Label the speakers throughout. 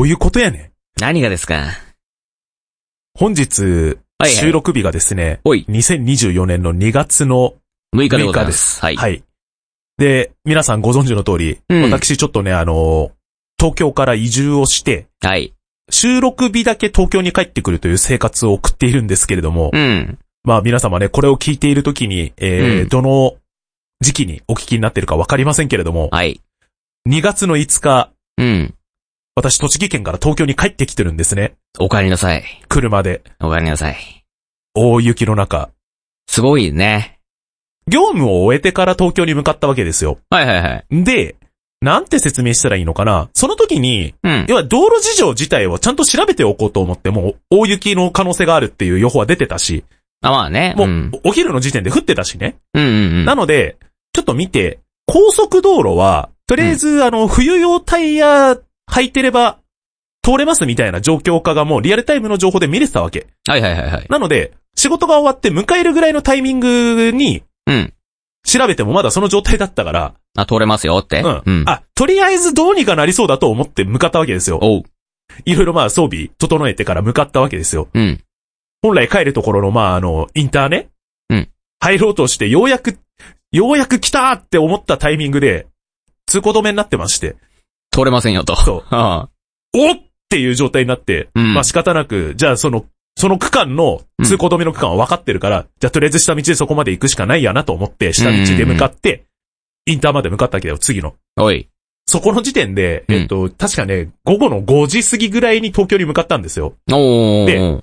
Speaker 1: ういうことやねん。
Speaker 2: 何がですか
Speaker 1: 本日、
Speaker 2: はいはい
Speaker 1: 収録日がですね、
Speaker 2: おい、
Speaker 1: 2024年の2月の
Speaker 2: 6日で
Speaker 1: 6
Speaker 2: ご
Speaker 1: 日
Speaker 2: ざいま。
Speaker 1: ですす。
Speaker 2: はい。
Speaker 1: で、皆さんご存知の通り、
Speaker 2: うん
Speaker 1: 私ちょっとね、あの、東京から移住をして、
Speaker 2: はい。
Speaker 1: 収録日だけ東京に帰ってくるという生活を送っているんですけれども、
Speaker 2: うん。
Speaker 1: まあ皆様ね、これを聞いているときに、えー
Speaker 2: うん
Speaker 1: どの時期にお聞きになっているかわかりませんけれども、
Speaker 2: はい。
Speaker 1: 2月の5日、
Speaker 2: うん。
Speaker 1: 私栃木県から東京に帰ってきてるんですね。
Speaker 2: お帰りなさい。
Speaker 1: 車で、
Speaker 2: お帰りなさい。
Speaker 1: 大雪の中。
Speaker 2: すごいね。
Speaker 1: 業務を終えてから東京に向かったわけですよ。
Speaker 2: はいはいはい。
Speaker 1: で、なんて説明したらいいのかなその時に、
Speaker 2: うん。
Speaker 1: 要は道路事情自体をちゃんと調べておこうと思って、もう大雪の可能性があるっていう予報は出てたし、
Speaker 2: あ、まあね。
Speaker 1: も
Speaker 2: う。
Speaker 1: うんお昼の時点で降ってたしね。
Speaker 2: うんうん
Speaker 1: なので、ちょっと見て、高速道路は、とりあえず、あの、冬用タイヤ履いてれば、通れますみたいな状況下がもうリアルタイムの情報で見れてたわけ。
Speaker 2: うん。はいはいはいはい。
Speaker 1: なので、仕事が終わって迎えるぐらいのタイミングに、
Speaker 2: うん。
Speaker 1: 調べてもまだその状態だったから、
Speaker 2: あ、通れますよって。
Speaker 1: うん。あ、とりあえずどうにかなりそうだと思って向かったわけですよ。
Speaker 2: おう。
Speaker 1: いろいろまあ装備整えてから向かったわけですよ。
Speaker 2: うん。
Speaker 1: 本来帰るところの、まあ、あの、インターね。
Speaker 2: うん。
Speaker 1: 入ろうとして、ようやく、ようやく来たーって思ったタイミングで、通行止めになってまして、
Speaker 2: 通れませんよと。
Speaker 1: そう
Speaker 2: ああ
Speaker 1: おっっていう状態になって、
Speaker 2: うん
Speaker 1: まあ仕方なく、じゃあその、その区間の
Speaker 2: うん
Speaker 1: 通行止めの区間は分かってるから、じゃあとりあえず下道でそこまで行くしかないやなと思って、下道で向かって、インターまで向かったわけだよ、次の。
Speaker 2: おい。
Speaker 1: そこの時点で、
Speaker 2: うん
Speaker 1: えっと、確かね、午後の5時過ぎぐらいに東京に向かったんですよ。
Speaker 2: おー。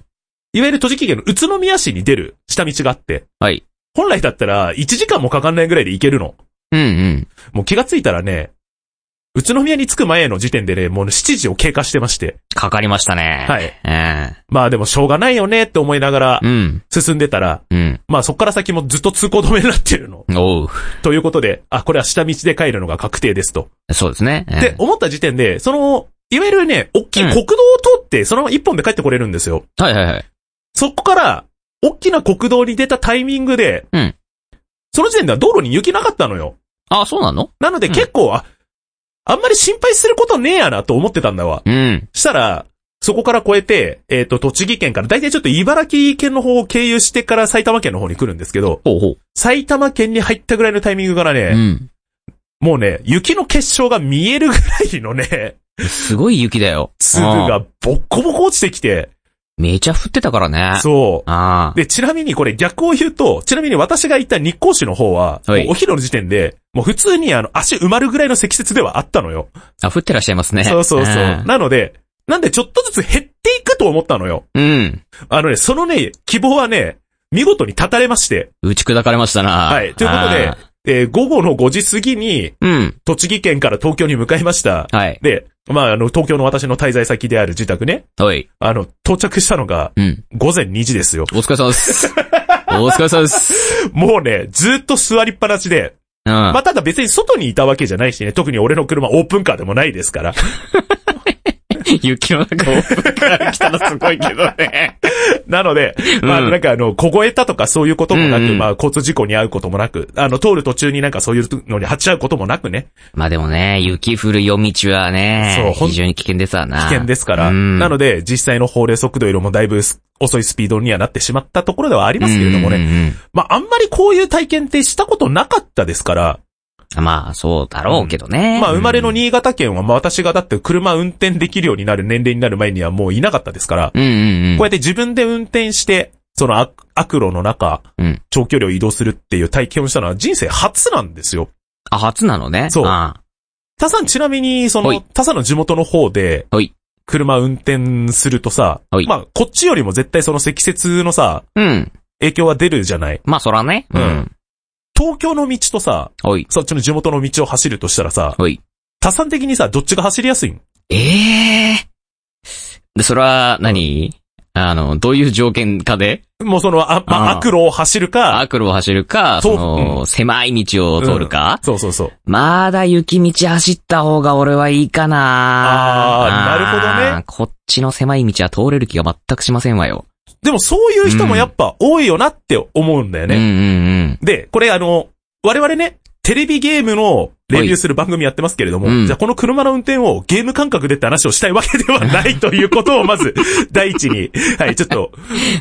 Speaker 1: いわゆる栃木県の宇都宮市に出る下道があって、
Speaker 2: はい。
Speaker 1: 本来だったら1時間もかかんないぐらいで行けるの。
Speaker 2: うんうん。
Speaker 1: もう気がついたらね、宇都宮に着く前の時点でね、もうね7時を経過してまして。
Speaker 2: かかりましたね。。
Speaker 1: はいい。まあでもしょうがないよねって思いながら
Speaker 2: うん。
Speaker 1: 進んでたら、
Speaker 2: うん。
Speaker 1: まあそっから先もずっと通行止めになってるの。
Speaker 2: おう。
Speaker 1: ということで、あ、これは下道で帰るのが確定ですと。
Speaker 2: そうですね。うん
Speaker 1: で、思った時点で、その、いわゆるね、大きい
Speaker 2: うん
Speaker 1: 国道を通って、そのまま一本で帰ってこれるんですよ。
Speaker 2: はいはいはい。
Speaker 1: そこから、大きな国道に出たタイミングで、
Speaker 2: うん
Speaker 1: その時点では道路に雪なかったのよ。
Speaker 2: あ、そうなの
Speaker 1: なので
Speaker 2: うん
Speaker 1: 結構、あ、あんまり心配することねえやなと思ってたんだわ。
Speaker 2: うん。
Speaker 1: したら、そこから越えて、えっ、と、栃木県から、だいたいちょっと茨城県の方を経由してから埼玉県の方に来るんですけど、
Speaker 2: ほうほう。
Speaker 1: 埼玉県に入ったぐらいのタイミングから
Speaker 2: う
Speaker 1: ね、
Speaker 2: ん。
Speaker 1: もうね、雪の結晶が見えるぐらいのね、
Speaker 2: すごい雪だよ。
Speaker 1: 粒
Speaker 2: ああ
Speaker 1: がボッコボコ落ちてきて、
Speaker 2: めちゃ降ってたからね。
Speaker 1: そう。
Speaker 2: ああ。
Speaker 1: で、ちなみにこれ逆を言うと、ちなみに私が行った日光市の方は、
Speaker 2: はい
Speaker 1: もうお昼の時点で、もう普通にあの足埋まるぐらいの積雪ではあったのよ。
Speaker 2: あ、降ってらっしゃいますね。
Speaker 1: そうそうそう。
Speaker 2: ん
Speaker 1: なので、なんでちょっとずつ減っていくと思ったのよ。
Speaker 2: うん。
Speaker 1: あのね、そのね、希望はね、見事に立たれまして。
Speaker 2: 打ち砕かれましたな。
Speaker 1: はい。ということで
Speaker 2: ああ、
Speaker 1: えー午後の5時過ぎに、
Speaker 2: うん。
Speaker 1: 栃木県から東京に向かいました。
Speaker 2: はい。
Speaker 1: で、まあ、あの、東京の私の滞在先である自宅ね。
Speaker 2: おい。
Speaker 1: あの、到着したのが、
Speaker 2: うん。
Speaker 1: 午前2時ですよ。
Speaker 2: お疲れ様 です。お疲れ様です。
Speaker 1: もうね、ずっと座りっぱなしで、
Speaker 2: うん。
Speaker 1: まあ、ただ別に外にいたわけじゃないしね、特に俺の車オープンカーでもないです から。
Speaker 2: 雪の中を来たらすごいけどね。
Speaker 1: なので、まあ、
Speaker 2: うん
Speaker 1: なんかあの、凍えたとかそういうこともなく、
Speaker 2: うんうん
Speaker 1: まあ、交通事故に遭うこともなく、あの、通る途中になんかそういうのに鉢合うこともなくね、
Speaker 2: まあでもね、雪降る夜道はね、
Speaker 1: そう
Speaker 2: 非常に危険ですわな。
Speaker 1: 危険ですから、
Speaker 2: うん
Speaker 1: なので、実際の法令速度よりもだいぶす遅いスピードにはなってしまったところではありますけれどもね、
Speaker 2: ね。
Speaker 1: まあ、あんまりこういう体験ってしたことなかったですから、
Speaker 2: まあ、そうだろうけどね。
Speaker 1: まあ、生まれの
Speaker 2: に。
Speaker 1: 新潟県は、まあ、私がだって車運転できるようになる年齢になる前にはもういなかったですから、
Speaker 2: うんうんうん。
Speaker 1: こうやって自分で運転して、その悪悪路の中、
Speaker 2: うん
Speaker 1: 長距離を移動するっていう体験をしたのは人生初なんですよ。
Speaker 2: あ、初なのね。
Speaker 1: そう
Speaker 2: あ
Speaker 1: 他さんちなみに、そ
Speaker 2: は
Speaker 1: の、
Speaker 2: い
Speaker 1: 他さんの地元の方で
Speaker 2: はい、
Speaker 1: 車運転するとさ、
Speaker 2: はい
Speaker 1: まあ、こっちよりも絶対その積雪のさ、
Speaker 2: あうん。
Speaker 1: 影響は出るじゃない。
Speaker 2: まあ、そらね。
Speaker 1: うん。東京の道とさ、
Speaker 2: おい。
Speaker 1: そっちの地元の道を走るとしたらさ、
Speaker 2: おい。
Speaker 1: 他さん的にさ、どっちが走りやすいん
Speaker 2: ええで、それは何、あの、どういう条件かで、
Speaker 1: もうその、あ、まあ、
Speaker 2: あー
Speaker 1: 悪路を走るか、
Speaker 2: 悪路を走るか、
Speaker 1: そ
Speaker 2: そうの、
Speaker 1: う
Speaker 2: 狭い道を通るか、
Speaker 1: そうそうそう。
Speaker 2: まだ雪道走った方が俺はいいかな
Speaker 1: あーなるほどね
Speaker 2: ね。こっちの狭い道は通れる気が全くしませんわよ。
Speaker 1: でもそういう人もやっぱ多いよなって思うんだよね。
Speaker 2: うんうんうん。
Speaker 1: で、これあの、我々ね、テレビゲームのレビューする番組やってますけれども、
Speaker 2: はいうん
Speaker 1: じゃあこの車の運転をゲーム感覚でって話をしたいわけではないということをま ず、第一に、はい、ちょっと、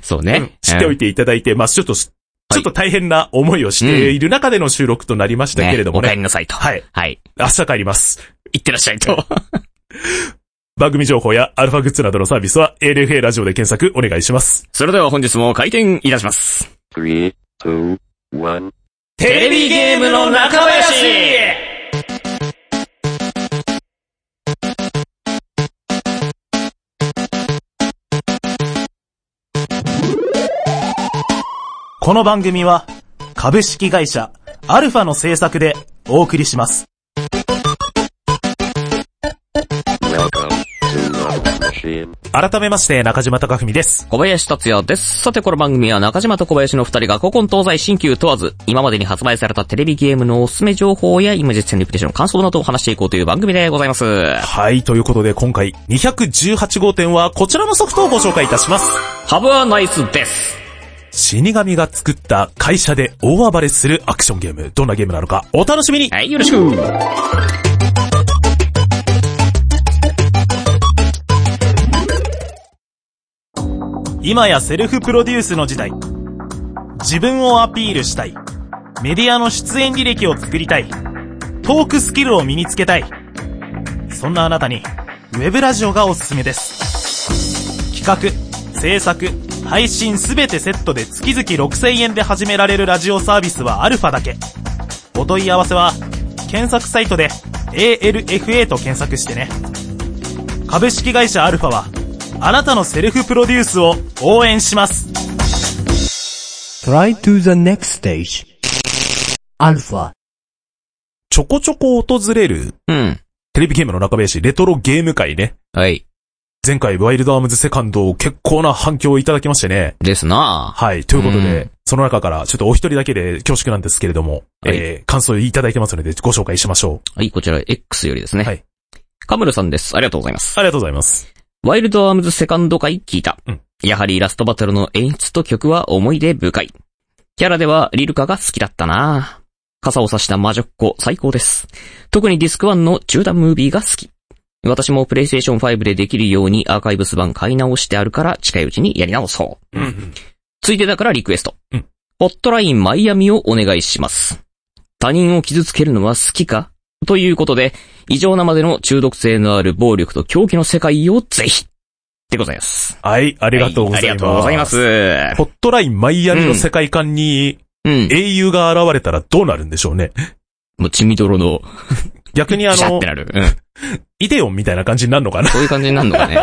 Speaker 2: そう
Speaker 1: う
Speaker 2: ね
Speaker 1: ん。知っておい
Speaker 2: て
Speaker 1: ていただいて、まあちょっと、ちょっと大変な思いをしている中での収録となりましたけれども
Speaker 2: お
Speaker 1: ね。
Speaker 2: 帰りなさいと。
Speaker 1: はい。
Speaker 2: はい。
Speaker 1: 明日帰ります。
Speaker 2: 行ってらっしゃいと。
Speaker 1: 番組情報やアルファグッズなどのサービスは ALFA ラジオで検索お願いします。
Speaker 2: それでは本日も開店いたします。
Speaker 3: Three, two, one.
Speaker 1: テ
Speaker 2: レビゲームの中林
Speaker 1: この番組は株式会社アルファの制作でお送りします。
Speaker 3: Welcome to Love Machine.
Speaker 1: 改めまして中島貴文です。
Speaker 2: 小林達也です。さてこの番組は中島と小林の二人が古今東西新旧問わず、今までに発売されたテレビゲームのおすすめ情報や今実践リプレイションの感想などを話していこうという番組でございます。
Speaker 1: はい、ということで今回218号店はこちらのソフトをご紹介いたします。
Speaker 2: ハブアナイスです。
Speaker 1: 死神が作った会社で大暴れするアクションゲーム。どんなゲームなのかお楽しみに
Speaker 2: はい、よろしく。
Speaker 1: 今やセルフプロデュースの時代。自分をアピールしたい。メディアの出演履歴を作りたい。トークスキルを身につけたい。そんなあなたに、ウェブラジオがおすすめです。企画、制作、配信すべてセットで月々6000円で始められるラジオサービスはアルファだけ。お問い合わせは、検索サイトで ALFA と検索してね。株式会社アルファは、あなたのセルフプロデュースを応援します。
Speaker 4: Try to the next stage. Alpha.
Speaker 1: ちょこちょこ訪れる
Speaker 2: うん。
Speaker 1: テレビゲームの中林、レトロゲーム会ね。
Speaker 2: はい。
Speaker 1: 前回、ワイルドアームズセカンドを結構な反響をいただきましてね。
Speaker 2: ですな
Speaker 1: はい。ということ
Speaker 2: う
Speaker 1: で、その中から、ちょっとお一人だけで恐縮なんですけれども、
Speaker 2: はい
Speaker 1: えー、感想いただいてますので、ご紹介しましょう。
Speaker 2: はい、こちら X よりですね。
Speaker 1: はい。
Speaker 2: カムルさんです。ありがとうございます。
Speaker 1: ありがとうございます。
Speaker 2: ワイルドアームズセカンド回聞いた。
Speaker 1: うん
Speaker 2: やはりラストバトルの演出と曲は思い出深い。キャラではリルカが好きだったな傘を差した魔女っ子最高です。特にディスク1の中断ムービーが好き。私もプレイステーション5でできるようにアーカイブス版買い直してあるから近いうちにやり直そう。ついでだからリクエスト。
Speaker 1: うん
Speaker 2: ホットラインマイアミをお願いします。他人を傷つけるのは好きかということで、異常なまでの中毒性のある暴力と狂気の世界をぜひでございます。
Speaker 1: はい、あ
Speaker 2: あ
Speaker 1: りがとうございます。
Speaker 2: ありがとうございま。す。
Speaker 1: ホットラインマイアミの世界観に
Speaker 2: うん。
Speaker 1: 英雄が現れたらどうなるんでしょうね。
Speaker 2: もう血みどろの、
Speaker 1: 逆にあ
Speaker 2: ピシャっ
Speaker 1: の
Speaker 2: て、なる。うん。そ
Speaker 1: イデオンみたいな感じになるのかな
Speaker 2: ういう感じになるのかね。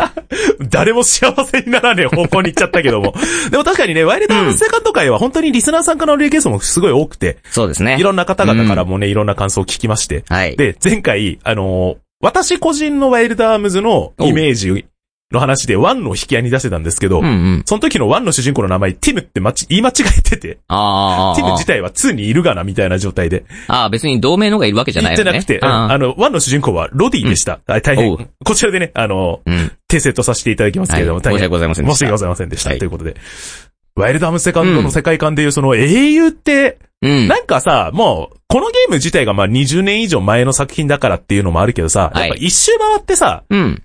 Speaker 1: 誰も幸せにならねえ方向に行っちゃったけども。でも確かにね、ワイルドアームズセカンド会は本当にリスナーさんからのリクエストもすごい多くて、
Speaker 2: そうですね
Speaker 1: い。ろんな方々からもね、いろんな感想を聞きまして。
Speaker 2: はい。
Speaker 1: で、前回、あのー私個人のワイルドアームズのイメージの話でワンの引き合いに出してたんですけど、
Speaker 2: うんうん。
Speaker 1: その時のワンの主人公の名前、ティムってまち言い間違えてて、
Speaker 2: あ
Speaker 1: ティム
Speaker 2: あ
Speaker 1: 自。体は2にいるがな、みたいな状態で。
Speaker 2: ああ、別に同盟のがいるわけじゃ
Speaker 1: 言
Speaker 2: な
Speaker 1: っ
Speaker 2: い
Speaker 1: て
Speaker 2: のね。
Speaker 1: なくて、うん
Speaker 2: あ
Speaker 1: あ
Speaker 2: あ
Speaker 1: の、ワンの主人公はロディでした。あ大変
Speaker 2: おう。
Speaker 1: こちらでね、あの、
Speaker 2: うん。
Speaker 1: 訂正とさせていただきますけ
Speaker 2: はい。
Speaker 1: れ
Speaker 2: 申
Speaker 1: ども、
Speaker 2: し
Speaker 1: 大変
Speaker 2: 訳ございませんで
Speaker 1: 申
Speaker 2: し
Speaker 1: し訳
Speaker 2: た。
Speaker 1: ございませんでした。
Speaker 2: はい
Speaker 1: ということで。ワイルドアームセカンドの世界観でいう、その英雄って、
Speaker 2: うん。
Speaker 1: なんかさ、もう、このゲーム自体がまあ20年以上前の作品だからっていうのもあるけどさ、
Speaker 2: はい
Speaker 1: やっぱ一周回ってさ、
Speaker 2: うん。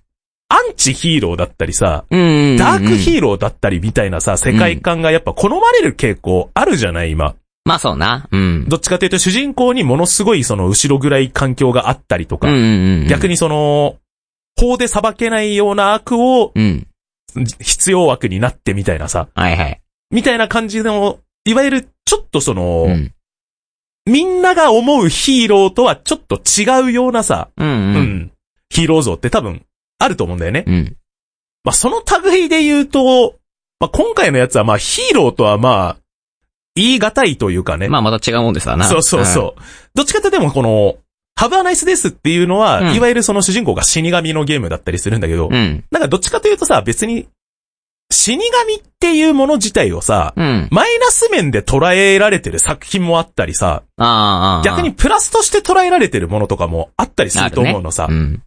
Speaker 1: アンチヒーローだったりさ、
Speaker 2: うん。
Speaker 1: ダーク
Speaker 2: ー。
Speaker 1: ヒーローだったりみたいなさ、世界観がやっぱ好まれる傾向あるじゃない、今。
Speaker 2: まあそうな。うん。
Speaker 1: どっちかというと主人公にものすごいその後ろぐらい環境があったりと
Speaker 2: うん
Speaker 1: か、
Speaker 2: うんうん。
Speaker 1: 逆にその、法で裁けないような悪を
Speaker 2: うん。
Speaker 1: 必要悪になってみたいなさ、
Speaker 2: はいはい。
Speaker 1: みたいな感じの、いわゆるちょっとその、
Speaker 2: うん。
Speaker 1: みんなが思うヒーローとはちょっと違うようなさ、
Speaker 2: うん
Speaker 1: う
Speaker 2: うん。
Speaker 1: ヒーロー像って多分あると思うんだよね。
Speaker 2: うん。
Speaker 1: まあその類で言うと、まあ今回のやつはまあヒーローとはまあ、言い難いというかね。
Speaker 2: まあまた違うもんですわな。
Speaker 1: そうそうそう。どっちかってでもこの、ハブアナイスですっていうのは、
Speaker 2: うん
Speaker 1: いわゆるその主人公が死神のゲームだったりするんだけど、
Speaker 2: うん。うん。
Speaker 1: なんかどっちかというとさ、別に、死神っていうもの自体をさ、
Speaker 2: うん。
Speaker 1: マイナス面で捉えられてる作品もあったりさ、
Speaker 2: ああああ。
Speaker 1: 逆にプラスとして捉えられてるものとかもあったりすると思うのさ
Speaker 2: う、ん。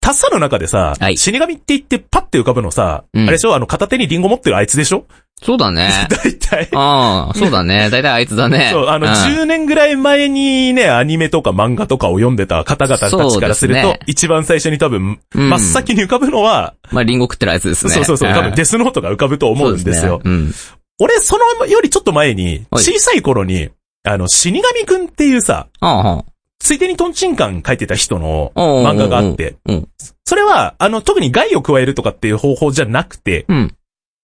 Speaker 1: たっさの中でさ
Speaker 2: は、い
Speaker 1: 死神って言ってパッて浮かぶのさ、あ
Speaker 2: うん
Speaker 1: れでしょあの片手にリンゴ持ってるあいつでしょ
Speaker 2: そう だね。
Speaker 1: 大体。
Speaker 2: ああ、そうだね。だいたいあいつだね。
Speaker 1: そう、あの、
Speaker 2: ん
Speaker 1: 10年ぐらい前にね、アニメとか漫画とかを読んでた方々たちからする
Speaker 2: そ
Speaker 1: と
Speaker 2: うですね、
Speaker 1: 一番最初に多分、
Speaker 2: うん
Speaker 1: 真っ先に浮かぶのは、
Speaker 2: まあ、リンゴ食ってるあいつですね。
Speaker 1: そうそうそう、多分
Speaker 2: 出
Speaker 1: デスノートが浮かぶと思うんですよ。
Speaker 2: うん。
Speaker 1: 俺、そのよりちょっと前に、
Speaker 2: はい
Speaker 1: 小さい頃に、あの、死神くんっていうさ、
Speaker 2: あ
Speaker 1: ついでにトンチンカン書いてた人の
Speaker 2: あ、うん
Speaker 1: 漫画があっ。て、
Speaker 2: うん。
Speaker 1: それは、あの、特に害を加えるとかっていう方法じゃなくて、
Speaker 2: うん。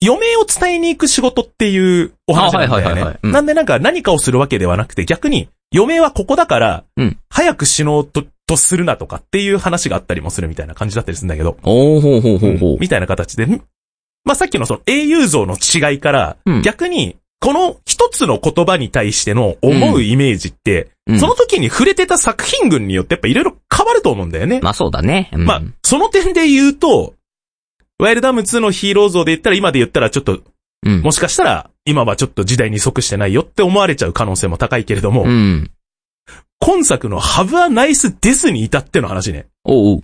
Speaker 1: 余命を伝えに行く仕事っていうお話なんだ
Speaker 2: あはいはいはい
Speaker 1: よ
Speaker 2: はい
Speaker 1: ね。
Speaker 2: うん
Speaker 1: なんでなんか何かをするわけではなくて、逆に、余命はここだから
Speaker 2: うん、
Speaker 1: 早く死のうととするなとかっていう話があったりもするみたいな感じだったりするんだけど、
Speaker 2: おー、ほうほうほうほう。
Speaker 1: みたいな形で、んまあ、さっきのその英雄像の違いから
Speaker 2: うん、
Speaker 1: 逆に、この一つの言葉に対しての思うイメージって、
Speaker 2: うん
Speaker 1: その時に触れてた作品群によってやっぱいろいろ変わると思うんだよね。
Speaker 2: まあ、そうだね。うん
Speaker 1: まあ、その点で言うと、ワイルダム2のヒーロー像で言ったら今で言ったらちょっと、
Speaker 2: うん。
Speaker 1: もしかしたら今はちょっと時代に即してないよって思われちゃう可能性も高いけれども、
Speaker 2: うん。
Speaker 1: 今作のハブアナイスデスに至っての話ね。
Speaker 2: おうおう。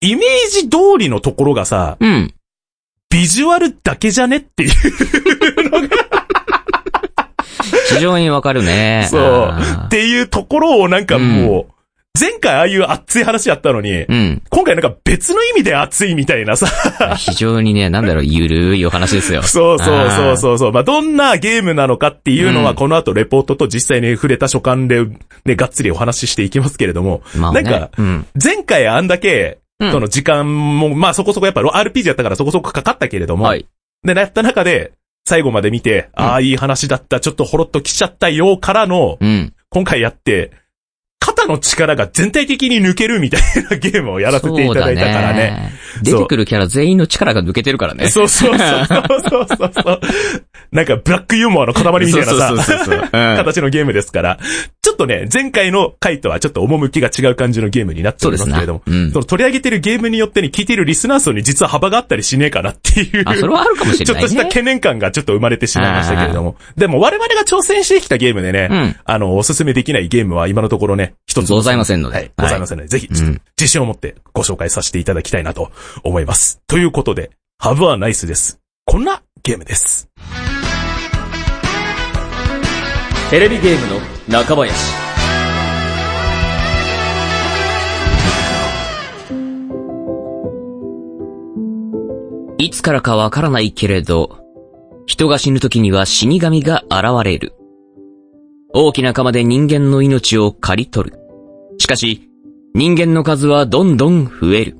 Speaker 1: イメージ通りのところがさ、
Speaker 2: うん。
Speaker 1: ビジュアルだけじゃねっていう。。
Speaker 2: 非常にわかるね
Speaker 1: そう
Speaker 2: あ
Speaker 1: っていうところをなんかもう、前回ああいう熱い話やったのに、
Speaker 2: ーうん。
Speaker 1: 今回なんか別の意味で熱いみたいなさ、
Speaker 2: 非常にね、なんだろう、ゆるいお話ですよ。
Speaker 1: そうそうそう
Speaker 2: う。
Speaker 1: そうそう。まあ、どんなゲームなのかっていうの
Speaker 2: う
Speaker 1: は、
Speaker 2: ん
Speaker 1: この後レポートと実際に触れた所感で、ね、がっつりお話ししていきますけれども、
Speaker 2: まあね、
Speaker 1: なんか
Speaker 2: うん。
Speaker 1: 前回あんだけ、
Speaker 2: うん
Speaker 1: その時間も、まあそこそこやっぱ RPG やったからそこそこかかったけれども、
Speaker 2: はい。
Speaker 1: で、やった中で、最後まで見て、
Speaker 2: うん
Speaker 1: ああ、いい話だった、ちょっとほろっと来ちゃったよからの、
Speaker 2: うん。
Speaker 1: 今回やって、肩の力が全体的に抜けるみたいなゲームをやらせていただいたからね。
Speaker 2: そうだね。出てくるキャラ全員の力が抜けてるからね。
Speaker 1: そうそうそうそうそうそう。なんか、ブラックユーモアの塊みたいなさ
Speaker 2: そう、そうそう そう。うん
Speaker 1: 形のゲームですから、ちょっとね、前回の回とはちょっと趣が違う感じのゲームになって
Speaker 2: そ
Speaker 1: お
Speaker 2: うで
Speaker 1: りますすけ
Speaker 2: な。
Speaker 1: れども、
Speaker 2: うん
Speaker 1: そ。の取り上げてるゲームによってに聞いているリスナー層に実は幅があったりしねえかなっていう。
Speaker 2: あ、それはあるかもし
Speaker 1: ち
Speaker 2: れ
Speaker 1: ょ
Speaker 2: な
Speaker 1: っ
Speaker 2: いね。
Speaker 1: とした懸念感がちょっと生まれてしまいましたけれども。でも我々が挑戦してきたゲームでね、
Speaker 2: うん。
Speaker 1: あの、おすすめできないゲームは今のところね、一つも
Speaker 2: ございませんので
Speaker 1: はい、ございませんので、ぜひ、
Speaker 2: うん。
Speaker 1: 自信を持ってご紹介させていただきたいなと思います。ということで、ハブはナイスです。こんなゲームです。
Speaker 2: テレビゲームの中林。いつからかわからないけれど、人が死ぬ時には死神が現れる。大きな釜で人間の命を刈り取る。しかし、人間の数はどんどん増える。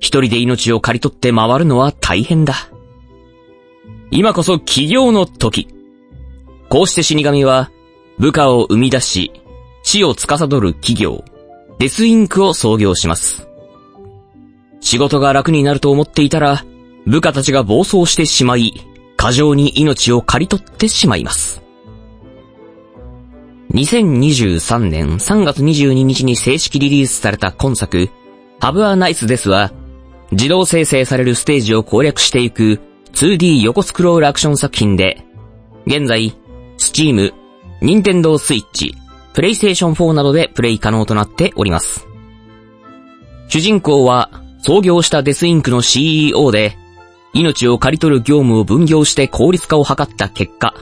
Speaker 2: 一人で命を刈り取って回るのは大変だ。今こそ起業の時。こうして死神は、部下を生み出し、死を司る企業、デスインクを創業します。仕事が楽になると思っていたら、部下たちが暴走してしまい、過剰に命を刈り取ってしまいます。2023年3月22日に正式リリースされた今作、ハブアナイスですは、自動生成されるステージを攻略していく 2D 横スクロールアクション作品で、現在、Steam、Nintendo Switch、PlayStation 4などでプレイ可能となっております。主人公は、創業したデスインクの CEO で、命を刈り取る業務を分業して効率化を図った結果、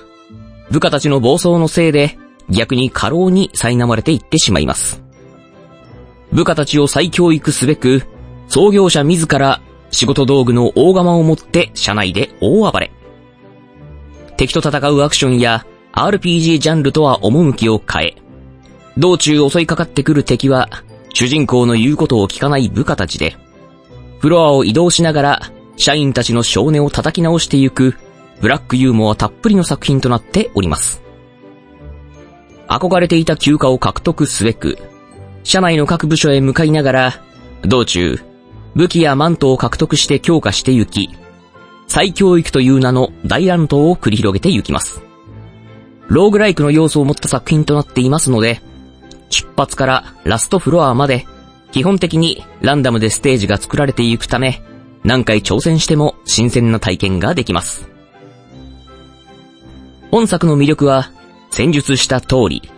Speaker 2: 部下たちの暴走のせいで、逆に過労に苛まれていってしまいます。部下たちを再教育すべく、創業者自ら仕事道具の大釜を持って社内で大暴れ。敵と戦うアクションや RPG ジャンルとは趣を変え、道中襲いかかってくる敵は、主人公の言うことを聞かない部下たちで、フロアを移動しながら、社員たちの少年を叩き直していく、ブラックユーモアたっぷりの作品となっております。憧れていた休暇を獲得すべく、社内の各部署へ向かいながら、道中、武器やマントを獲得して強化してゆき、再教育という名の大乱闘を繰り広げていきます。ローグライクの要素を持った作品となっていますので、出発からラストフロアまで、基本的にランダムでステージが作られていくため、何回挑戦しても新鮮な体験ができます。本作の魅力は、戦術した通り、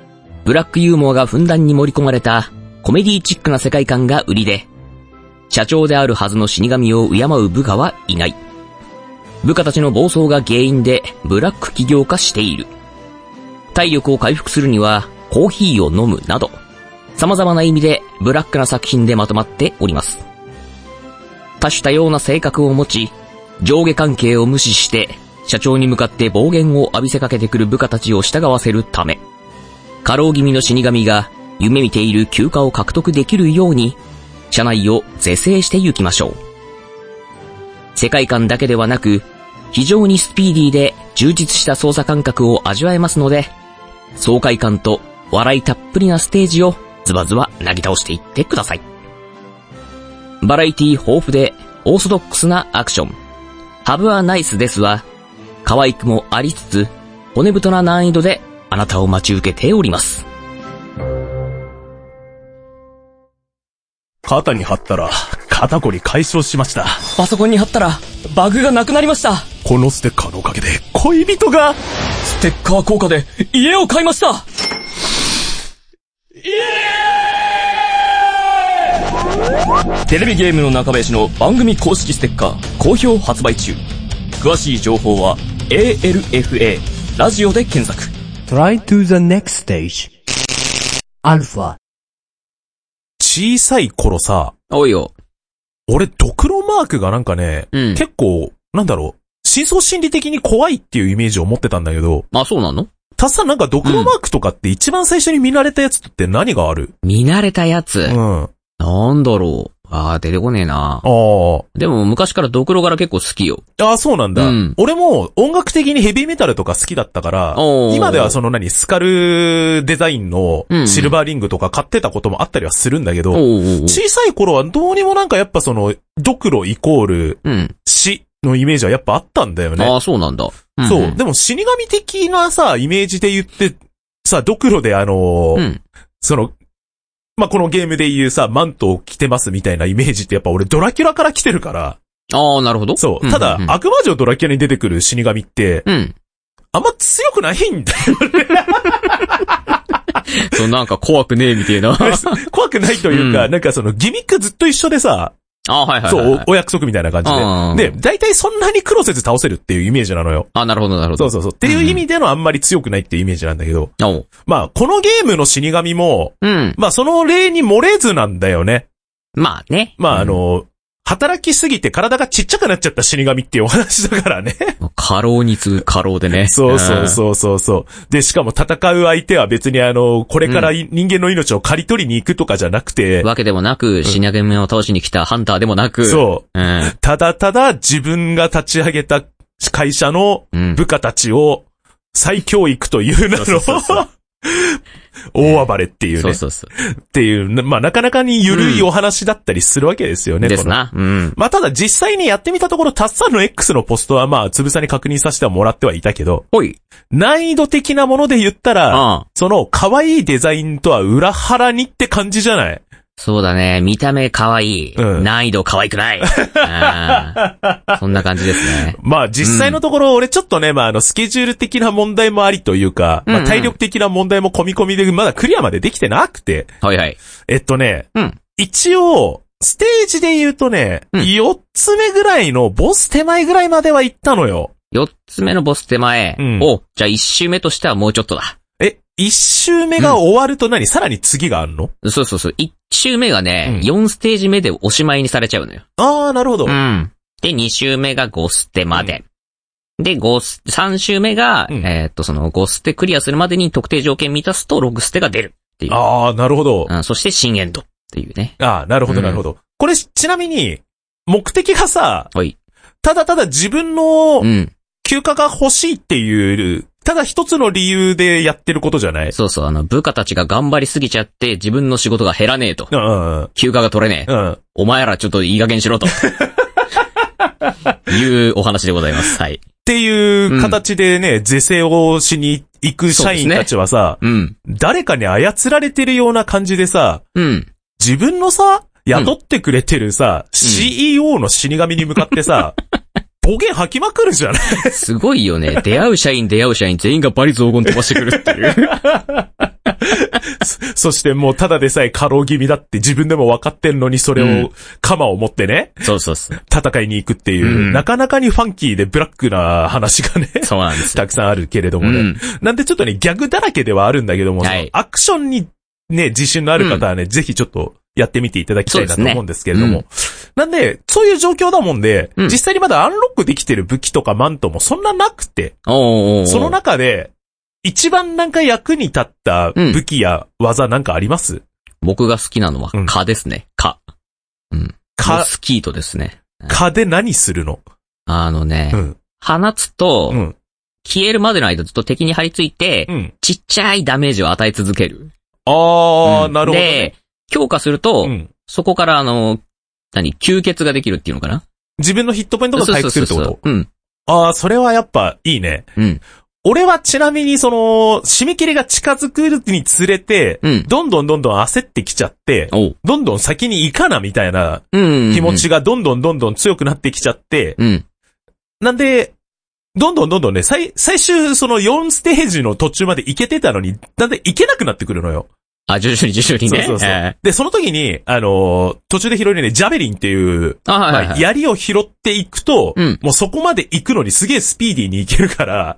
Speaker 2: ブラックユーモアがふんだんに盛り込まれたコメディチックな世界観が売りで、社長であるはずの死神を敬う部下はいない。部下たちの暴走が原因でブラック起業化している。体力を回復するにはコーヒーを飲むなど、様々な意味でブラックな作品でまとまっております。多種多様な性格を持ち、上下関係を無視して、社長に向かって暴言を浴びせかけてくる部下たちを従わせるため、過労気味の死神が夢見ている休暇を獲得できるように、社内を是正していきましょう。世界観だけではなく、非常にスピーディーで充実した操作感覚を味わえますので、爽快感と笑いたっぷりなステージをズバズバなぎ倒していってください。バラエティ豊富でオーソドックスなアクション。ハブはナイスですは、可愛くもありつつ、骨太な難易度であなたを待ち受けております。
Speaker 1: 肩に貼ったら、肩こり解消しました。
Speaker 5: パソコンに貼ったら、バグがなくなりました。
Speaker 1: このステッカーのおかげで、恋人が、
Speaker 5: ステッカー効果で、家を買いましたテレビゲームの中林の番組公式ステッカー、好評発売中。詳しい情報は、ALFA、ラジオで検索。
Speaker 4: Try to the next stage. Alpha.
Speaker 1: 小さい頃さ、
Speaker 2: おいよ。
Speaker 1: 俺、ドクロマークがなんかね、
Speaker 2: うん
Speaker 1: 結構、なんだろう、真相心理的に怖いっていうイメージを持ってたんだけど、
Speaker 2: あ、そうなの
Speaker 1: たっさんなんかドクロマークとかって一番最初に見られたやつって何がある
Speaker 2: 見慣れたやつ。
Speaker 1: うん。あ
Speaker 2: なんだろう。あー、出てこねえな
Speaker 1: あ。ー。
Speaker 2: でも昔からドクロ柄結構好きよ。
Speaker 1: ああ、そうなんだ、
Speaker 2: うん
Speaker 1: 俺も音楽的にヘビーメタルとか好きだったから、
Speaker 2: おー
Speaker 1: 今ではその何、スカルデザインのシルバーリングとか買ってたこともあったりはするんだけど、
Speaker 2: おうおう
Speaker 1: 小さい頃はどうにもなんかやっぱその、ドクロイコール
Speaker 2: うん。
Speaker 1: 死のイメージはやっぱあったんだよね。
Speaker 2: ああ、そうなんだ。んん
Speaker 1: そう。。でも死神的なさ、イメージで言って、さ、ドクロであのー
Speaker 2: うん。
Speaker 1: その、まあ、このゲームで言うさ、マントを着てますみたいなイメージってやっぱ俺ドラキュラから来てるから、
Speaker 2: ああ、なるほど。
Speaker 1: そう。
Speaker 2: ん
Speaker 1: ただ、
Speaker 2: うん
Speaker 1: 悪魔城ドラキュラに出てくる死神って、
Speaker 2: うん。
Speaker 1: あんま強くないんだよ。
Speaker 2: そう、なんか怖くねえみたいな。
Speaker 1: 怖くないというか、
Speaker 2: うん
Speaker 1: なんかそのギミックずっと一緒でさ、
Speaker 2: あはいはい
Speaker 1: そ
Speaker 2: はい、は
Speaker 1: う
Speaker 2: い。、
Speaker 1: おお約束みたいな
Speaker 2: あ
Speaker 1: 感
Speaker 2: ー
Speaker 1: じで。で、大体そんなに苦労せず倒せるっていうイメージなのよ。
Speaker 2: あなるほど、なるほ
Speaker 1: そ
Speaker 2: ど。
Speaker 1: うそうそう。っていう意味でのあんまり強くないっていうイメージなんだけど。
Speaker 2: おう
Speaker 1: まあ、このゲームの死神も、
Speaker 2: うん。
Speaker 1: まあ、その例に漏れずなんだよね。
Speaker 2: まあね。
Speaker 1: まあ、あ
Speaker 2: うん、
Speaker 1: の、働きすぎて体がちっちゃくなっちゃった死神っていうお話だからね。
Speaker 2: 過労に次ぐ過労でね。
Speaker 1: そうそうんそうそうそう。で、しかも戦う相手は別にあの、これからい人間の命を刈り取りに行くとかじゃなくて、
Speaker 2: わけでもなく、死に目を倒しに来たハンターでもなく。う。
Speaker 1: そう。
Speaker 2: うん。
Speaker 1: ただただ自分が立ち上げた会社の
Speaker 2: うん。
Speaker 1: 部下たちを再教育という名
Speaker 2: そうそうそ
Speaker 1: の、 大暴れっていう
Speaker 2: そ
Speaker 1: ね。
Speaker 2: う
Speaker 1: っ
Speaker 2: そうそ
Speaker 1: ていう、まあなかなかに緩いお話だったりするわけですよ
Speaker 2: う。
Speaker 1: ね。
Speaker 2: です
Speaker 1: この
Speaker 2: な。うん。
Speaker 1: まあただ実際にやってみたところ、たっさんの X のポストはまあ、つぶさに確認させてはもらってはいたけど、
Speaker 2: ほい。
Speaker 1: 難易度的なもので言ったら、
Speaker 2: ああ。
Speaker 1: その可愛いデザインとは裏腹にって感じじゃない
Speaker 2: そうだね。見た目可愛い。
Speaker 1: うん
Speaker 2: 難易度可愛 くない。うんそんな感じですね。
Speaker 1: まあ実際のところ俺ちょっとね、まああのスケジュール的な問題もありというか、
Speaker 2: うん
Speaker 1: ま
Speaker 2: う
Speaker 1: あ
Speaker 2: ん
Speaker 1: 体力的な問題も込み込みでまだクリアまでできてなくて、
Speaker 2: はいはい。
Speaker 1: えっとね、
Speaker 2: うん
Speaker 1: 一応、ステージで言うとね、
Speaker 2: うん
Speaker 1: 4つ目ぐらいのボス手前ぐらいまでは行ったのよ。
Speaker 2: 四つ目のボス手前。
Speaker 1: うん
Speaker 2: お、じゃあ一周目としてはもうちょっとだ。
Speaker 1: え、1周目が終わると何、さらに次があるの
Speaker 2: そうそうそう。一周目がね、
Speaker 1: うん
Speaker 2: 四ステージ目でおしまいにされちゃうのよ。
Speaker 1: ああ、なるほど。
Speaker 2: うん。で、二周目が5ステまで。で、五ス、三周目が、
Speaker 1: うん
Speaker 2: えーっと、その5ステクリアするまでに特定条件満たすと6ステが出るっていう。
Speaker 1: ああ、なるほど。
Speaker 2: うん、そして新エンドっていうね。
Speaker 1: ああ、なるほ
Speaker 2: う
Speaker 1: ど、
Speaker 2: ん
Speaker 1: なるほど。これ、ちなみに、目的がさ、
Speaker 2: はい
Speaker 1: ただただ自分の
Speaker 2: うん。
Speaker 1: 休暇が欲しいっていう、ただ一つの理由でやってることじゃない
Speaker 2: そうそう、あの、部下たちが頑張りすぎちゃって自分の仕事が減らねえと
Speaker 1: う。んうんうん。
Speaker 2: 休暇が取れねえ。
Speaker 1: うん。
Speaker 2: お前らちょっといい加減 しろと。いうお話でございます。はい。
Speaker 1: っていう形でね、是正をしに行く社員たちはさ、
Speaker 2: うん。
Speaker 1: 誰かに操られてるような感じでさ、
Speaker 2: うん。
Speaker 1: 自分のさ、雇ってくれてるさ、CEO の死神に向かって さ、暴言吐きまくるじゃない
Speaker 2: すご いよね。出会う社員、出会う社員、全員がバリ雑言飛ばしてくるっていう。
Speaker 4: そしてもうただでさえ過労気味だって自分でも分かってんのにそれを、鎌を持ってね、
Speaker 2: そうそうそう。
Speaker 4: 戦いに行くっていう、
Speaker 2: うん
Speaker 4: なかなかにファンキーでブラックな話がね、
Speaker 2: そうなんですよ
Speaker 4: たくさんあるけれどもね。
Speaker 2: うん
Speaker 4: なんでちょっとね、ギャグだらけではあるんだけども、
Speaker 2: はい
Speaker 4: そのアクションにね、自信のある方はね、ぜひちょっとやってみていただきたいな
Speaker 2: そうで
Speaker 4: と
Speaker 2: すね
Speaker 4: 思うんですけれども。なんで、そういう状況だもんで、
Speaker 2: うん
Speaker 4: 実際にまだアンロックできてる武器とかマントもそんななくて、
Speaker 2: おーおーおー
Speaker 4: その中で、一番なんか役に立った武器や技なんかあります、
Speaker 2: 僕が好きなのは
Speaker 4: うん、
Speaker 2: 蚊ですね。蚊。
Speaker 4: か、
Speaker 2: スキートですね。
Speaker 4: かで何するの
Speaker 2: あのね、
Speaker 4: うん。
Speaker 2: 放つと、
Speaker 4: うん。
Speaker 2: 消えるまでの間ずっと敵に張り付いて、
Speaker 4: うん。
Speaker 2: ちっちゃいダメージを与え続ける。
Speaker 4: あー、
Speaker 2: うん
Speaker 4: なるほど、ね。
Speaker 2: で、強化すると、
Speaker 4: うん。
Speaker 2: そこからあの、何、吸血ができるっていうのかな
Speaker 4: 自分のヒットポイントが回復するってこと
Speaker 2: う。うん。
Speaker 4: あー、それはやっぱいいね。
Speaker 2: うん。
Speaker 4: 俺はちなみにその、締め切りが近づくにつれて、
Speaker 2: うん。
Speaker 4: どんどんどんどん焦ってきちゃって、
Speaker 2: おう。
Speaker 4: どんどん先に行かなみたいな
Speaker 2: うん。
Speaker 4: 気持ちがどんどんどんどん強くなってきちゃって、
Speaker 2: うん。
Speaker 4: なんで、どんどんどんどんね、最、最終その4ステージの途中まで行けてたのに、なんで行けなくなってくるのよ。
Speaker 2: あ、徐々に徐々にね。
Speaker 4: そうそうそう
Speaker 2: え
Speaker 4: で、その時に、あのー途中で拾えるね、ジャベリンっていう、
Speaker 2: ーあ、はいはい
Speaker 4: ま
Speaker 2: は
Speaker 4: あ
Speaker 2: い。
Speaker 4: 槍を拾っていくと、
Speaker 2: うん
Speaker 4: もうそこまで行くのにすげえスピーディーに行けるから、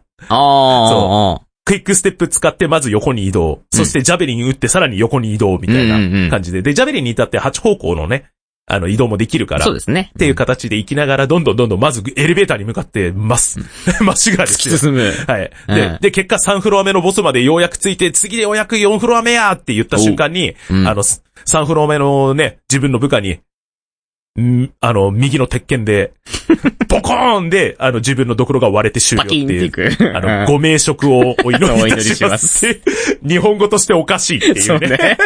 Speaker 2: ああ、
Speaker 4: クイックステップ使ってまず横に移動、そしてジャベリン打ってさらに横に移動みたい
Speaker 2: うんうんう
Speaker 4: なん感じで、で、ジャベリンに至って8方向のね、あの移動もできるから、
Speaker 2: そうですね。
Speaker 4: っていう形で行きながら、どんどんどんどん、まずエレベーターに向かってます。 まっしぐらで
Speaker 2: 突
Speaker 4: す
Speaker 2: き
Speaker 4: よ。
Speaker 2: 進む。
Speaker 4: はい。
Speaker 2: う
Speaker 4: で
Speaker 2: ん、
Speaker 4: で、結果3フロア目のボスまでようやくついて、次でようやく4フロア目やって言った瞬間に、
Speaker 2: うん
Speaker 4: あの、す3フロア目のね、自分の部下に、んあの、右の鉄 拳で、ボコーンで、あの、自分のドクロが割れて終了
Speaker 2: パ
Speaker 4: って
Speaker 2: キンって
Speaker 4: い。
Speaker 2: いうく。
Speaker 4: あの、ご名職をお祈 りいたします。 日本語としておかしいってい
Speaker 2: そうう
Speaker 4: ね。
Speaker 2: ね。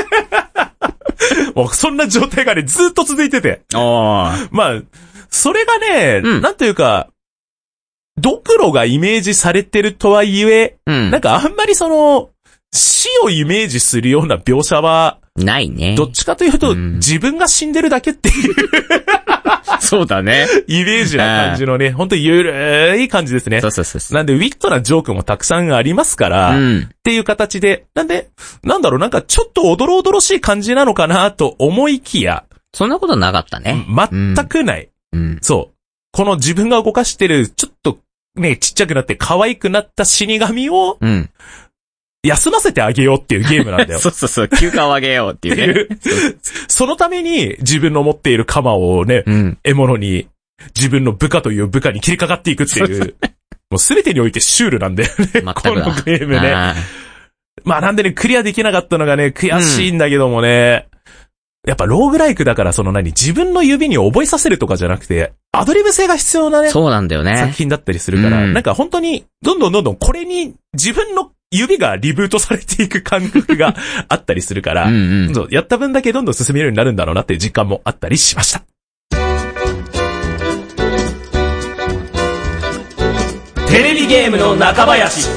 Speaker 4: もうそんな状態がね、ずっと続いてて。
Speaker 2: あ
Speaker 4: まあ、それがね、
Speaker 2: うん
Speaker 4: なんというか、ドクロがイメージされてるとはいえ、
Speaker 2: あ。うん
Speaker 4: なん。かあんまりその、死をイメージするような描写は、
Speaker 2: ないね。
Speaker 4: どっちかというと、
Speaker 2: うん
Speaker 4: 自分が死んでるだけっていう
Speaker 2: そうだね。
Speaker 4: イメージな感じのね、ほんとゆるい感じですね
Speaker 2: そ。うそうそうそう。
Speaker 4: なんで、ウィットなジョークもたくさんありますから、っ
Speaker 2: うん。
Speaker 4: ていう形で、なんで、なんだろう、なんかちょっとおどろおどろしい感じなのかなと思いきや、
Speaker 2: そんなことなかったね。
Speaker 4: 全くない。
Speaker 2: うん。
Speaker 4: そう。この自分が動かしてる、ちょっと、ね、ちっちゃくなって可愛くなった死神を
Speaker 2: うん。
Speaker 4: 休ませてあげようっていうゲームなんだよ。
Speaker 2: そうそうそう。休暇をあげようって いうね。
Speaker 4: そのために自分の持っている鎌をね、
Speaker 2: うん。
Speaker 4: 獲物に、自分の部下という部下に切りかかっていくっていう、もう全てにおいてシュールなんだよね。
Speaker 2: 全くだ。
Speaker 4: このゲームね。
Speaker 2: あー
Speaker 4: まあなんでね、クリアできなかったのがね、悔しいんだけどもね、やっぱローグライクだからその何、自分の指に覚えさせるとかじゃなくて、アドリブ性が必要なね、
Speaker 2: そうなんだよ
Speaker 4: 作
Speaker 2: ね。
Speaker 4: 品だったりするから、
Speaker 2: うん
Speaker 4: なんか本当に、どんどんどんどんこれに自分の指がリブートされていく感覚があったりするか
Speaker 2: う
Speaker 4: ら、
Speaker 2: んうん。
Speaker 4: そうやった分だけどんどん進めるようになるんだろうなっていう実感もあったりしました。テレビゲームの中林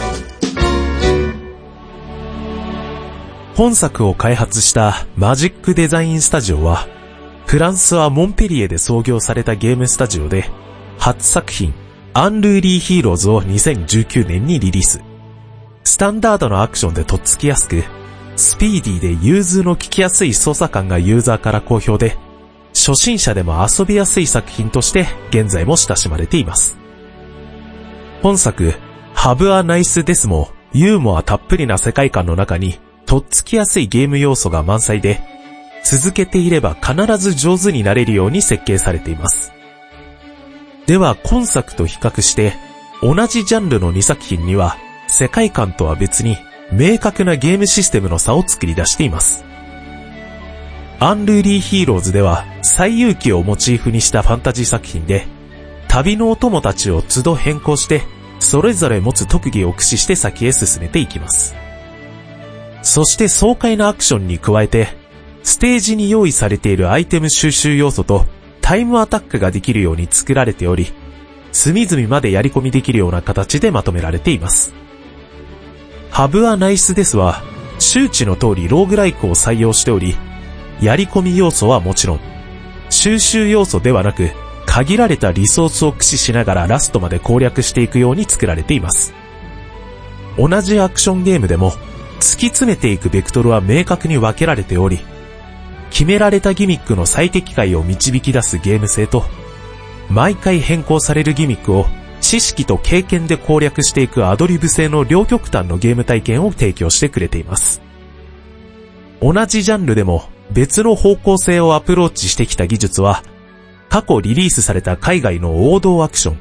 Speaker 4: 本作を開発したマジックデザインスタジオは、フランスはモンペリエで創業されたゲームスタジオで、初作品、アンルーリーヒーローズを2019年にリリース。スタンダードのアクションでとっつきやすく、スピーディーで融通の利きやすい操作感がユーザーから好評で、初心者でも遊びやすい作品として現在も親しまれています。本作、ハブはナイスですも、ユーモアたっぷりな世界観の中に、とっつきやすいゲーム要素が満載で、続けていれば必ず上手になれるように設計されています。では今作と比較して、同じジャンルの2作品には、世界観とは別に、明確なゲームシステムの差を作り出しています。アンルーリーヒーローズでは、最遊記をモチーフにしたファンタジー作品で、旅のお供たちを都度変更して、それぞれ持つ特技を駆使して先へ進めていきます。そして爽快なアクションに加えて、ステージに用意されているアイテム収集要素とタイムアタックができるように作られており、隅々までやり込みできるような形でまとめられています。ハブはナイスですは、周知の通りローグライクを採用しており、やり込み要素はもちろん、収集要素ではなく、限られたリソースを駆使しながらラストまで攻略していくように作られています。同じアクションゲームでも、突き詰めていくベクトルは明確に分けられており、決められたギミックの最適解を導き出すゲーム性と、毎回変更されるギミックを知識と経験で攻略していくアドリブ性の両極端のゲーム体験を提供してくれています。同じジャンルでも別の方向性をアプローチしてきた技術は、過去リリースされた海外の王道アクション、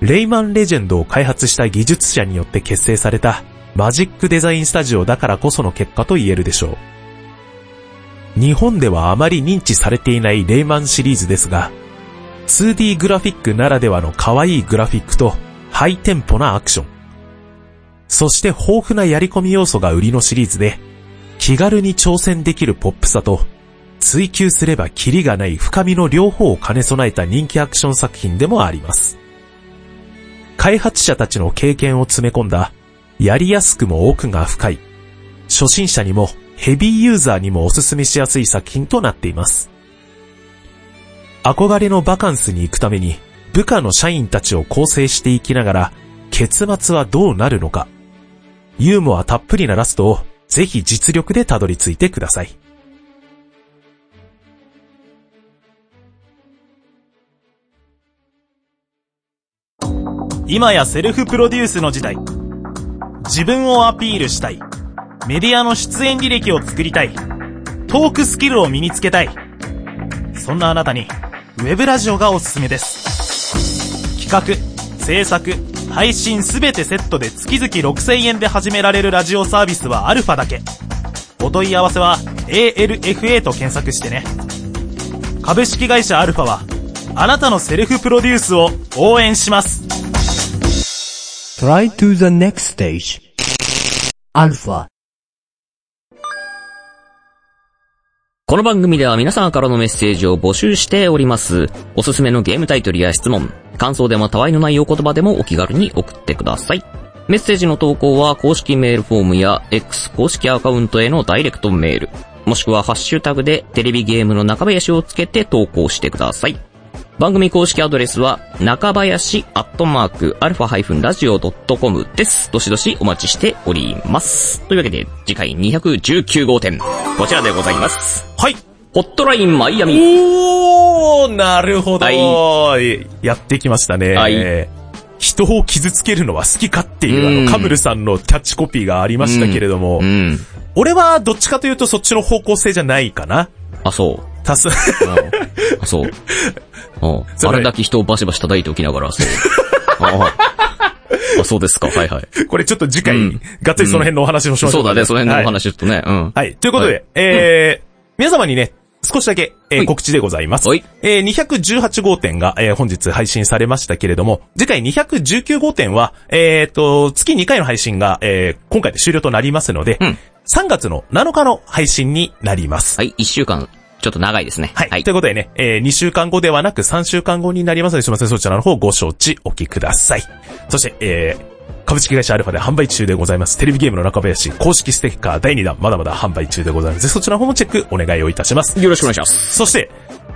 Speaker 4: レイマンレジェンドを開発した技術者によって結成されたマジックデザインスタジオだからこその結果と言えるでしょう。日本ではあまり認知されていないレイマンシリーズですが、2D グラフィックならではの可愛いグラフィックとハイテンポなアクション。そして豊富なやり込み要素が売りのシリーズで、気軽に挑戦できるポップさと、追求すればキリがない深みの両方を兼ね備えた人気アクション作品でもあります。開発者たちの経験を詰め込んだ、やりやすくも奥が深い、初心者にもヘビーユーザーにもおすすめしやすい作品となっています。憧れのバカンスに行くために、部下の社員たちを構成していきながら、結末はどうなるのか。ユーモアたっぷりなラストを、ぜひ実力でたどり着いてください。今やセルフプロデュースの時代。自分をアピールしたい。メディアの出演履歴を作りたい。トークスキルを身につけたい。そんなあなたに、ウェブラジオがおすすめです。企画、制作、配信すべてセットで月々6000円で始められるラジオサービスはアルファだけ。お問い合わせは ALFA と検索してね。株式会社アルファは、あなたのセルフプロデュースを応援します。
Speaker 6: Try to the next stage. Alpha.
Speaker 2: この番組では皆さんからのメッセージを募集しております。おすすめのゲームタイトルや質問、感想でもたわいのないお言葉でもお気軽に送ってください。メッセージの投稿は公式メールフォームや X 公式アカウントへのダイレクトメール、もしくはハッシュタグでテレビゲームの中林をつけて投稿してください。番組公式アドレスは、中林アットマークアルファラジオ .com です。どしどしお待ちしております。というわけで、次回219号店、こちらでございます。
Speaker 4: はい。
Speaker 2: ホットラインマイアミ。
Speaker 4: おー、なるほど、
Speaker 2: は
Speaker 4: やってきましたね。
Speaker 2: はい
Speaker 4: 人を傷つけるのは好きかっていう、あ
Speaker 2: うん
Speaker 4: の、カムルさんのキャッチコピーがありましたけれども、
Speaker 2: うん。
Speaker 4: 俺はどっちかというとそっちの方向性じゃないかな。
Speaker 2: あ、そう。
Speaker 4: 多数、
Speaker 2: あ、そう。 うん
Speaker 4: そ
Speaker 2: あ
Speaker 4: れ
Speaker 2: れだけ人をバシバシ叩いておきなが ら、そう。ああ、そうですか、はいはい。
Speaker 4: これちょっと次回、
Speaker 2: うん
Speaker 4: がっつりその辺のお話をしましょ。
Speaker 2: そううだね、その辺のお
Speaker 4: はい。
Speaker 2: 話ちょっとね、うん。
Speaker 4: はいということで、
Speaker 2: はい
Speaker 4: えー、皆様にね、少しだけ、えー
Speaker 2: はい
Speaker 4: 告知でございます。
Speaker 2: はい
Speaker 4: えー、218号店が、えー本日配信されましたけれども、次回219号店は、えー、と、月2回の配信が、えー、今回で終了となりますので、
Speaker 2: うん
Speaker 4: 3月の7日の配信になります。
Speaker 2: はい、一週間、ちょっと長いですね。
Speaker 4: はい。ということでね、えー、2週間後ではなく3週間後になりますので、すみません、そちらの方ご承知おきください。そして、えー、株式会社アルファで販売中でございます。テレビゲームの中林公式ステッカー第2弾、まだまだ販売中でございます。そちらの方もチェックお願いをいたします。
Speaker 2: よろしくお願いします。
Speaker 4: そして、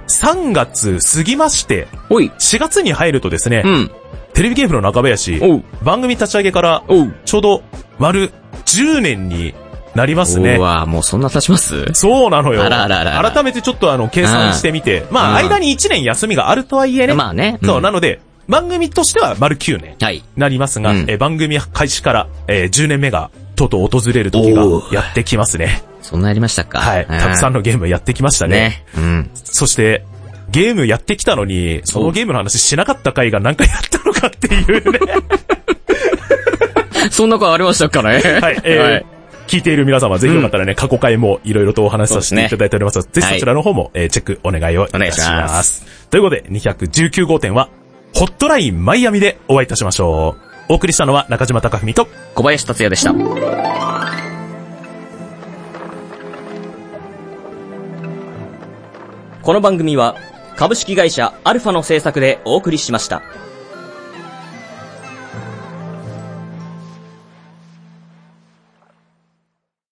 Speaker 4: 3月過ぎまして、
Speaker 2: おい。
Speaker 4: 4月に入るとですね、
Speaker 2: うん。
Speaker 4: テレビゲームの中林、
Speaker 2: おう。
Speaker 4: 番組立ち上げから、
Speaker 2: おう。
Speaker 4: ちょうど、丸10年になりますね
Speaker 2: う。わもうそんな経ちます
Speaker 4: そうなのよ。
Speaker 2: あらあらあらあら
Speaker 4: 改めてちょっとあの、計算してみて。ま
Speaker 2: うん
Speaker 4: あ、間に1年休みがあるとはいえね。
Speaker 2: まあね。
Speaker 4: そう、
Speaker 2: ん
Speaker 4: なので、番組としては丸9年
Speaker 2: はい。
Speaker 4: なりますが、
Speaker 2: うん
Speaker 4: えー番組開始から、えー10年目が、とうとう訪れる時が
Speaker 2: おー
Speaker 4: やってきますね。
Speaker 2: そんなやりましたか。
Speaker 4: はい。たくさん
Speaker 2: の
Speaker 4: のゲームやってきましたね。
Speaker 2: ね。うん。
Speaker 4: そして、ゲームやってきたのに、そのゲームの話しなかった回が何回やったのかっていうね。
Speaker 2: そんなことありましたからね。
Speaker 4: はい、えー聞いている皆様、ぜひよかったらね、過去回もいろいろとお話しさせていただいております。ぜひそちらの方も、えーチェックお願いをいたします。
Speaker 2: お願いしま
Speaker 4: ということで、219号店は、ホットラインマイアミでお会いいたしましょう。お送りしたのは中島貴文と、
Speaker 2: 小林達也でした。
Speaker 7: この番組は株式会社アルファの制作でお送りしました。